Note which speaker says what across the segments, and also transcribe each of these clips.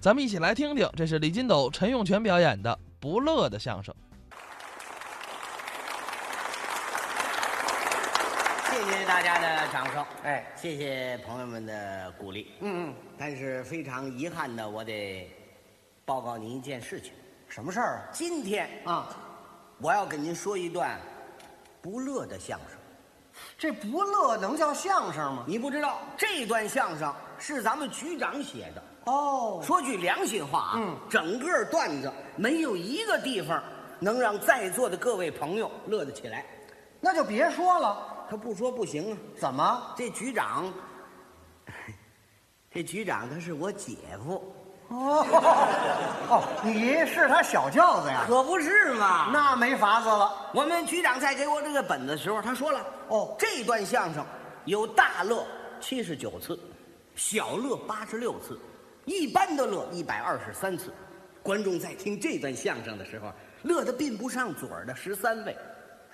Speaker 1: 咱们一起来听听，这是李金斗、陈永泉表演的《不乐》的相声。
Speaker 2: 谢谢大家的掌声，
Speaker 3: 哎
Speaker 2: 谢谢朋友们的鼓励。
Speaker 3: 嗯，嗯，
Speaker 2: 但是非常遗憾的，我得报告您一件事情。
Speaker 3: 什么事儿
Speaker 2: 今天
Speaker 3: 啊？啊，
Speaker 2: 我要给您说一段不乐的相声。
Speaker 3: 这不乐能叫相声吗？
Speaker 2: 你不知道这段相声是咱们局长写的。
Speaker 3: 哦，
Speaker 2: 说句良心话啊，
Speaker 3: 嗯
Speaker 2: 整个段子没有一个地方能让在座的各位朋友乐得起来。
Speaker 3: 那就别说了。
Speaker 2: 他不说不行啊，
Speaker 3: 怎么？
Speaker 2: 这局长， 这局长他是我姐夫，
Speaker 3: 哦，哦，你是他小轿子呀？
Speaker 2: 可不是嘛。
Speaker 3: 那没法子了。
Speaker 2: 我们局长在给我这个本子的时候，他说了，
Speaker 3: 哦
Speaker 2: 这段相声有大乐七十九次，小乐八十六次，一般的乐一百二十三次。观众在听这段相声的时候，乐得并不上嘴儿的十三位，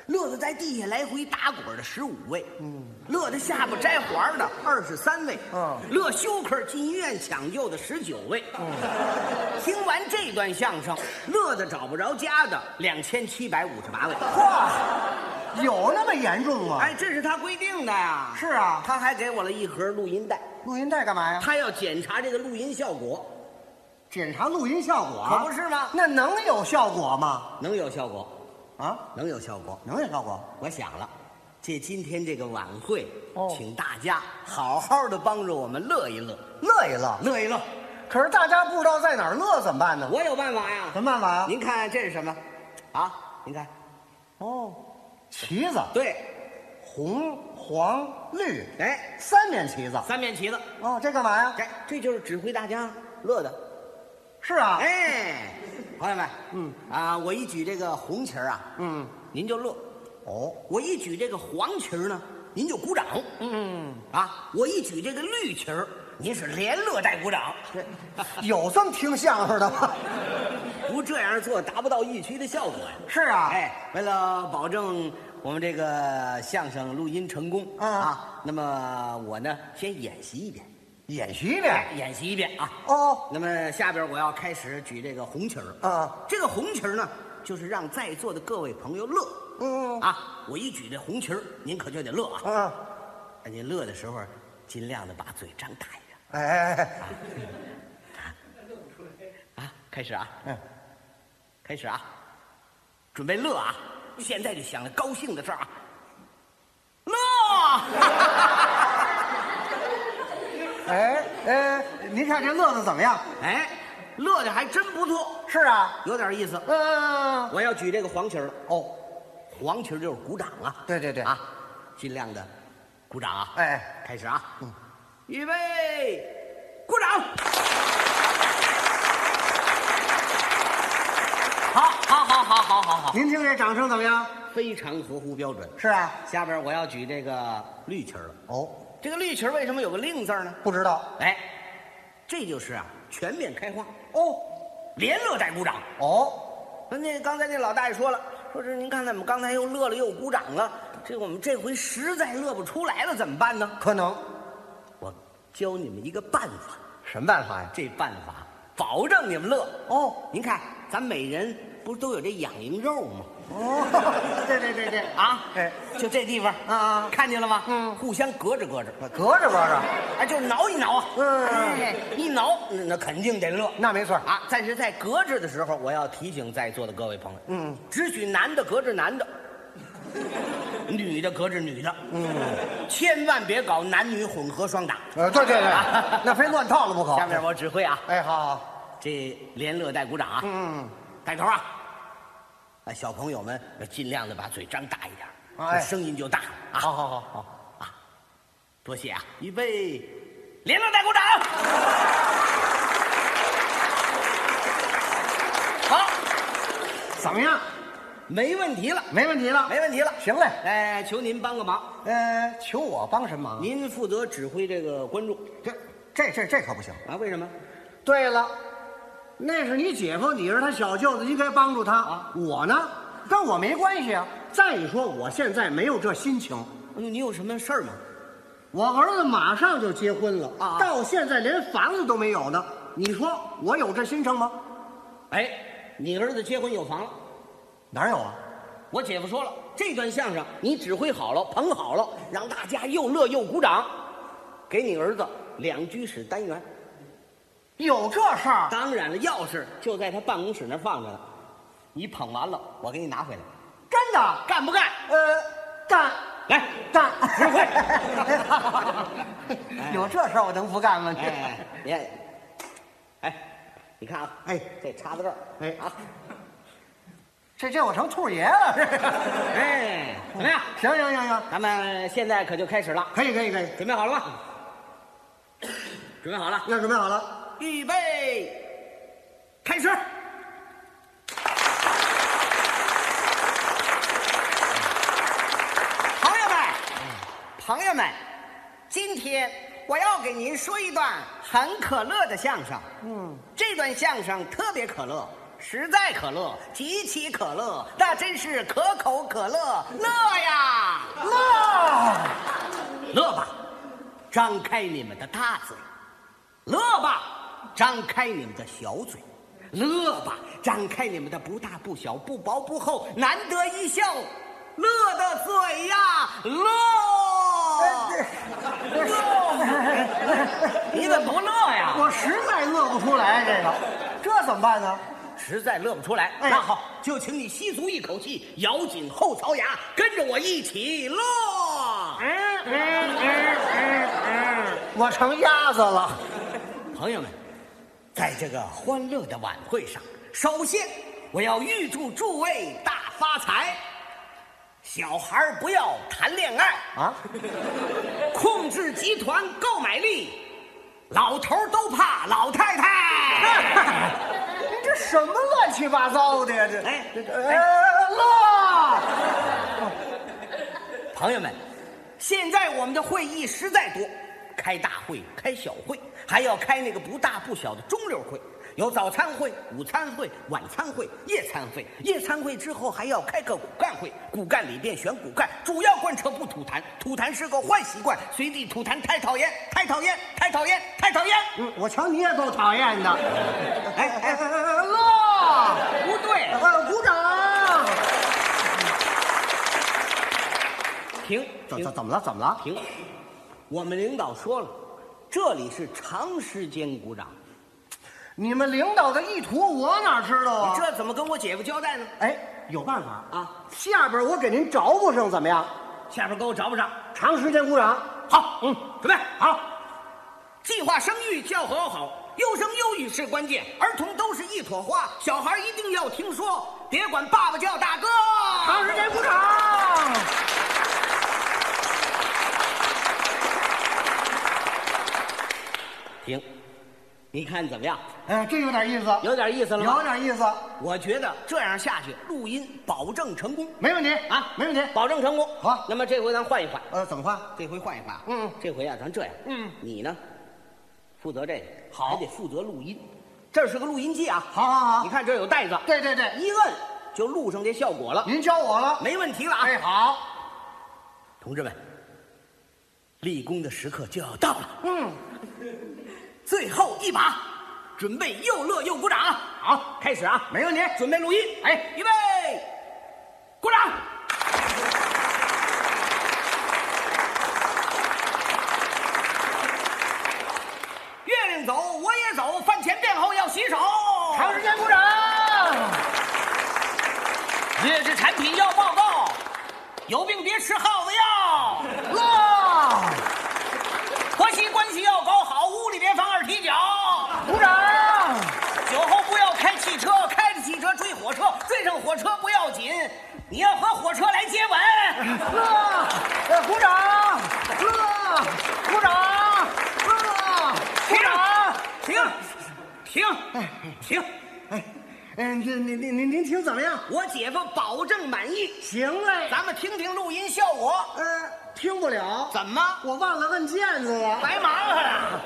Speaker 2: 乐得在地下来回打滚儿的十五位，嗯，乐得下巴摘环儿的二十三位，
Speaker 3: 嗯
Speaker 2: 乐休克儿进医院抢救的十九位，听完这段相声，乐得找不着家的两千七百五十八位。
Speaker 3: 嚯，有那么严重吗？
Speaker 2: 哎，，这是他规定的呀。
Speaker 3: 是啊，
Speaker 2: 他还给我了一盒录音带，
Speaker 3: 录音带干嘛呀？
Speaker 2: 他要检查这个录音效果，
Speaker 3: 检查录音效果啊？
Speaker 2: 可不是吗
Speaker 3: 那能有效果吗？
Speaker 2: 能有效果，
Speaker 3: 啊，
Speaker 2: 能有效果。
Speaker 3: 能有效果？
Speaker 2: 我想了，借今天这个晚会，
Speaker 3: 哦
Speaker 2: 请大家好好的帮着我们乐一乐，
Speaker 3: 乐一乐。
Speaker 2: 乐一乐。
Speaker 3: 可是大家不知道在哪儿乐，怎么办呢？
Speaker 2: 我有办法呀。
Speaker 3: 什么办法呀？
Speaker 2: 您看这是什么？啊，您看，
Speaker 3: 哦，旗子，
Speaker 2: 对，
Speaker 3: 红、黄、绿，
Speaker 2: 哎，
Speaker 3: 三面旗子。
Speaker 2: 三面旗子，
Speaker 3: 哦，这干嘛呀？
Speaker 2: 这哎这就是指挥大家乐的。
Speaker 3: 是啊，
Speaker 2: 哎，朋友们，嗯啊，我一举这个红旗儿啊，
Speaker 3: 嗯，
Speaker 2: 您就乐。
Speaker 3: 哦，
Speaker 2: 我一举这个黄旗儿呢，您就鼓掌。嗯啊，我一举这个绿旗儿，您是连乐带鼓掌。
Speaker 3: 有这么听相声的吗？
Speaker 2: 不这样做，达不到预期的效果呀。
Speaker 3: 是啊，
Speaker 2: 哎，为了保证我们这个相声录音成功、
Speaker 3: 嗯
Speaker 2: 啊，那么我呢先演习一遍，
Speaker 3: 演习呗。
Speaker 2: 演习一遍啊。
Speaker 3: 哦，
Speaker 2: 那么下边我要开始举这个红旗儿。
Speaker 3: 啊，
Speaker 2: 这个红旗儿呢，就是让在座的各位朋友乐。
Speaker 3: 嗯
Speaker 2: 啊，我一举这红旗儿，您可就得乐啊。
Speaker 3: 嗯，
Speaker 2: 哎，您乐的时候，尽量的把嘴张大一点
Speaker 3: 哎哎哎，
Speaker 2: 啊！开始啊，
Speaker 3: 嗯，
Speaker 2: 开始啊，准备乐啊！现在就想着高兴的事儿啊，乐！
Speaker 3: 哎哎，您看这乐的怎么样？
Speaker 2: 哎，乐的还真不错，
Speaker 3: 是啊，
Speaker 2: 有点意思。
Speaker 3: 嗯，
Speaker 2: 我要举这个黄旗儿了，
Speaker 3: 哦，
Speaker 2: 黄旗儿就是鼓掌啊。
Speaker 3: 对对对
Speaker 2: 啊，尽量的鼓掌啊。
Speaker 3: 哎，
Speaker 2: 开始啊，预备，鼓掌。好，好，好，好，好，好，好，
Speaker 3: 您听这掌声怎么样？
Speaker 2: 非常合乎标准。
Speaker 3: 是啊，
Speaker 2: 下边我要举这个绿旗儿了。
Speaker 3: 哦，
Speaker 2: 这个绿旗儿为什么有个令字儿呢？
Speaker 3: 不知道，
Speaker 2: 哎，这就是啊，全面开花，
Speaker 3: 哦
Speaker 2: 连乐带鼓掌。
Speaker 3: 哦，
Speaker 2: 那刚才那老大爷说了，说这您看咱们刚才又乐了又鼓掌了，这我们这回实在乐不出来了，怎么办呢？
Speaker 3: 可能，
Speaker 2: 我教你们一个办法，
Speaker 3: 什么办法呀？
Speaker 2: 这办法保证你们乐。
Speaker 3: 哦
Speaker 2: 您看，咱每人不是都有这痒痒肉吗？
Speaker 3: 哦， 对对对对，
Speaker 2: 啊，
Speaker 3: 哎，
Speaker 2: 就这地方
Speaker 3: 啊啊
Speaker 2: 看见了吗？
Speaker 3: 嗯
Speaker 2: 互相隔着隔着，
Speaker 3: 隔着隔着，
Speaker 2: 哎，就是挠一挠啊，
Speaker 3: 嗯
Speaker 2: 哎，一挠那那肯定得乐。
Speaker 3: 那没错，
Speaker 2: 啊，但是在隔着的时候，我要提醒在座的各位朋友，
Speaker 3: 嗯，
Speaker 2: 只许男的隔着男的，女的隔着女的，嗯，千万别搞男女混合双打。
Speaker 3: 呃，对对对， 那非乱套了不可。
Speaker 2: 下面我指挥啊，
Speaker 3: 哎，好好，
Speaker 2: 这连乐带鼓掌啊，
Speaker 3: 嗯，
Speaker 2: 带头啊！啊，小朋友们尽量的把嘴张大一点，
Speaker 3: 哎
Speaker 2: 这声音就大了啊！
Speaker 3: 好好好好。
Speaker 2: 多谢啊！预备，连乐带鼓掌。好，
Speaker 3: 怎么样？
Speaker 2: 没问题了，
Speaker 3: 没问题了。
Speaker 2: 没问题了。
Speaker 3: 行嘞。
Speaker 2: 哎，求您帮个忙，
Speaker 3: 呃，求我帮什么忙？
Speaker 2: 您负责指挥这个观众
Speaker 3: 这这这这可不行。
Speaker 2: 啊？为什么？
Speaker 3: 对了，那是你姐夫，你是他小舅子，应该帮助他。
Speaker 2: 啊
Speaker 3: 我呢，跟我没关系啊。再一说，我现在没有这心情。
Speaker 2: 你有什么事儿吗？
Speaker 3: 我儿子马上就结婚了，
Speaker 2: 啊
Speaker 3: 到现在连房子都没有呢。你说我有这心肠吗？
Speaker 2: 哎，你儿子结婚有房了，
Speaker 3: 哪有啊？
Speaker 2: 我姐夫说了，这段相声你指挥好了，捧好了，让大家又乐又鼓掌，给你儿子两居室单元。
Speaker 3: 有这事儿？
Speaker 2: 当然了，钥匙就在他办公室那儿放着呢。你捧完了，我给你拿回来，
Speaker 3: 真的？
Speaker 2: 干不干？
Speaker 3: 呃，干
Speaker 2: 来，
Speaker 3: 干，
Speaker 2: 指挥
Speaker 3: 有这事儿我能不干吗？
Speaker 2: 哎，你看，哎，你看啊，
Speaker 3: 哎
Speaker 2: 这插到这儿，
Speaker 3: 哎
Speaker 2: 啊，
Speaker 3: 这这我成兔爷了，这是。
Speaker 2: 哎，怎么样？
Speaker 3: 行行行行，
Speaker 2: 咱们现在可就开始了，
Speaker 3: 可以可以可以，
Speaker 2: 准备好了吗？准备好了，
Speaker 3: 要准备好了。
Speaker 2: 预备，开始。朋友们，朋友们，今天我要给您说一段很可乐的相声。嗯，这段相声特别可乐，实在可乐，极其可乐，那真是可口可乐，乐呀！
Speaker 3: 乐，
Speaker 2: 乐吧，张开你们的大嘴；乐吧，张开你们的小嘴；乐吧，张开你们的不大不小、不薄不厚，难得一笑，乐的嘴呀，
Speaker 3: 哎
Speaker 2: 乐！你怎么不乐呀？
Speaker 3: 我实在乐不出来这个，这怎么办呢？
Speaker 2: 实在乐不出来，
Speaker 3: 哎
Speaker 2: 那好，就请你吸足一口气，咬紧后槽牙，跟着我一起乐。
Speaker 3: 我成鸭子了。
Speaker 2: 朋友们，在这个欢乐的晚会上，首先我要预祝诸位大发财。小孩儿不要谈恋爱，
Speaker 3: 啊，
Speaker 2: 控制集团购买力，老头儿都怕老太 太。
Speaker 3: 您这什么乱七八糟的呀？这
Speaker 2: 哎
Speaker 3: 这这哎，乐，
Speaker 2: 朋友们，现在我们的会议实在多，开大会、开小会，还要开那个不大不小的中流会，有早餐会、午餐会、晚餐会、夜餐会。夜餐会之后还要开个骨干会，骨干里边选骨干，主要贯彻不吐痰，吐痰是个坏习惯，随地吐痰太讨厌，太讨厌，太讨厌，太讨厌。
Speaker 3: 嗯我瞧你也够讨厌的。
Speaker 2: 哎哎，
Speaker 3: 哎哎哎，乐，
Speaker 2: 不对，
Speaker 3: 哎鼓掌。
Speaker 2: 停，
Speaker 3: 怎怎怎么了？怎么了？
Speaker 2: 停，我们领导说了，这里是长时间鼓掌。
Speaker 3: 你们领导的意图我哪知
Speaker 2: 你
Speaker 3: 道啊？
Speaker 2: 这怎么跟我姐夫交代呢？
Speaker 3: 哎，有办法
Speaker 2: 啊！
Speaker 3: 下边我给您找补上，怎么样？
Speaker 2: 下边给我找补上。
Speaker 3: 长时间鼓掌。
Speaker 2: 好，嗯，准备好。计划生育，教和好，优生优育是关键。儿童都是一朵花，小孩一定要听说，别管爸爸叫大哥。
Speaker 3: 长时间鼓掌。
Speaker 2: 停，你看怎么样？
Speaker 3: 哎，这有点意思，
Speaker 2: 有点意思了
Speaker 3: 有
Speaker 2: 吗？
Speaker 3: 点意思，
Speaker 2: 我觉得这样下去，录音保证成功
Speaker 3: 没问题
Speaker 2: 啊，
Speaker 3: 没问题。
Speaker 2: 保证成功。
Speaker 3: 好
Speaker 2: 那么这回咱换一换，
Speaker 3: 呃，怎么换？
Speaker 2: 这回换一换。
Speaker 3: 嗯嗯，
Speaker 2: 这回啊，咱这样。
Speaker 3: 嗯，
Speaker 2: 你呢，负责这个，
Speaker 3: 好
Speaker 2: 还得负责录音。这是个录音机啊，
Speaker 3: 好好
Speaker 2: 你
Speaker 3: 好，
Speaker 2: 看这儿有袋子，
Speaker 3: 对对对，
Speaker 2: 一摁就录上这效果了，
Speaker 3: 您教我了。
Speaker 2: 没问题了啊！
Speaker 3: 嗯哎，好，
Speaker 2: 同志们，立功的时刻就要到了，
Speaker 3: 嗯，
Speaker 2: 最后一把，准备又乐又鼓掌啊！好，开始啊！
Speaker 3: 没问题。
Speaker 2: 准备录音，哎，预备，鼓掌！月亮走，我也走，饭前便后要洗手。
Speaker 3: 长时间鼓掌。
Speaker 2: 劣质产品要报告，有病别吃耗子药。
Speaker 3: 乐，
Speaker 2: 婆媳关系要搞好，屋里别放二踢脚。
Speaker 3: 鼓掌。
Speaker 2: 酒后不要开汽车，开着汽车追火车，追上火车不要紧，你要和火车来接吻。
Speaker 3: 乐，呃鼓掌。乐，鼓掌。乐，鼓掌。
Speaker 2: 停，停，停！
Speaker 3: 嗯，您您您您您听怎么样？
Speaker 2: 我姐夫保证满意，
Speaker 3: 行嘞。
Speaker 2: 咱们听听录音效果。
Speaker 3: 呃，听不了，
Speaker 2: 怎么
Speaker 3: 我忘了问键子了。
Speaker 2: 白忙活了？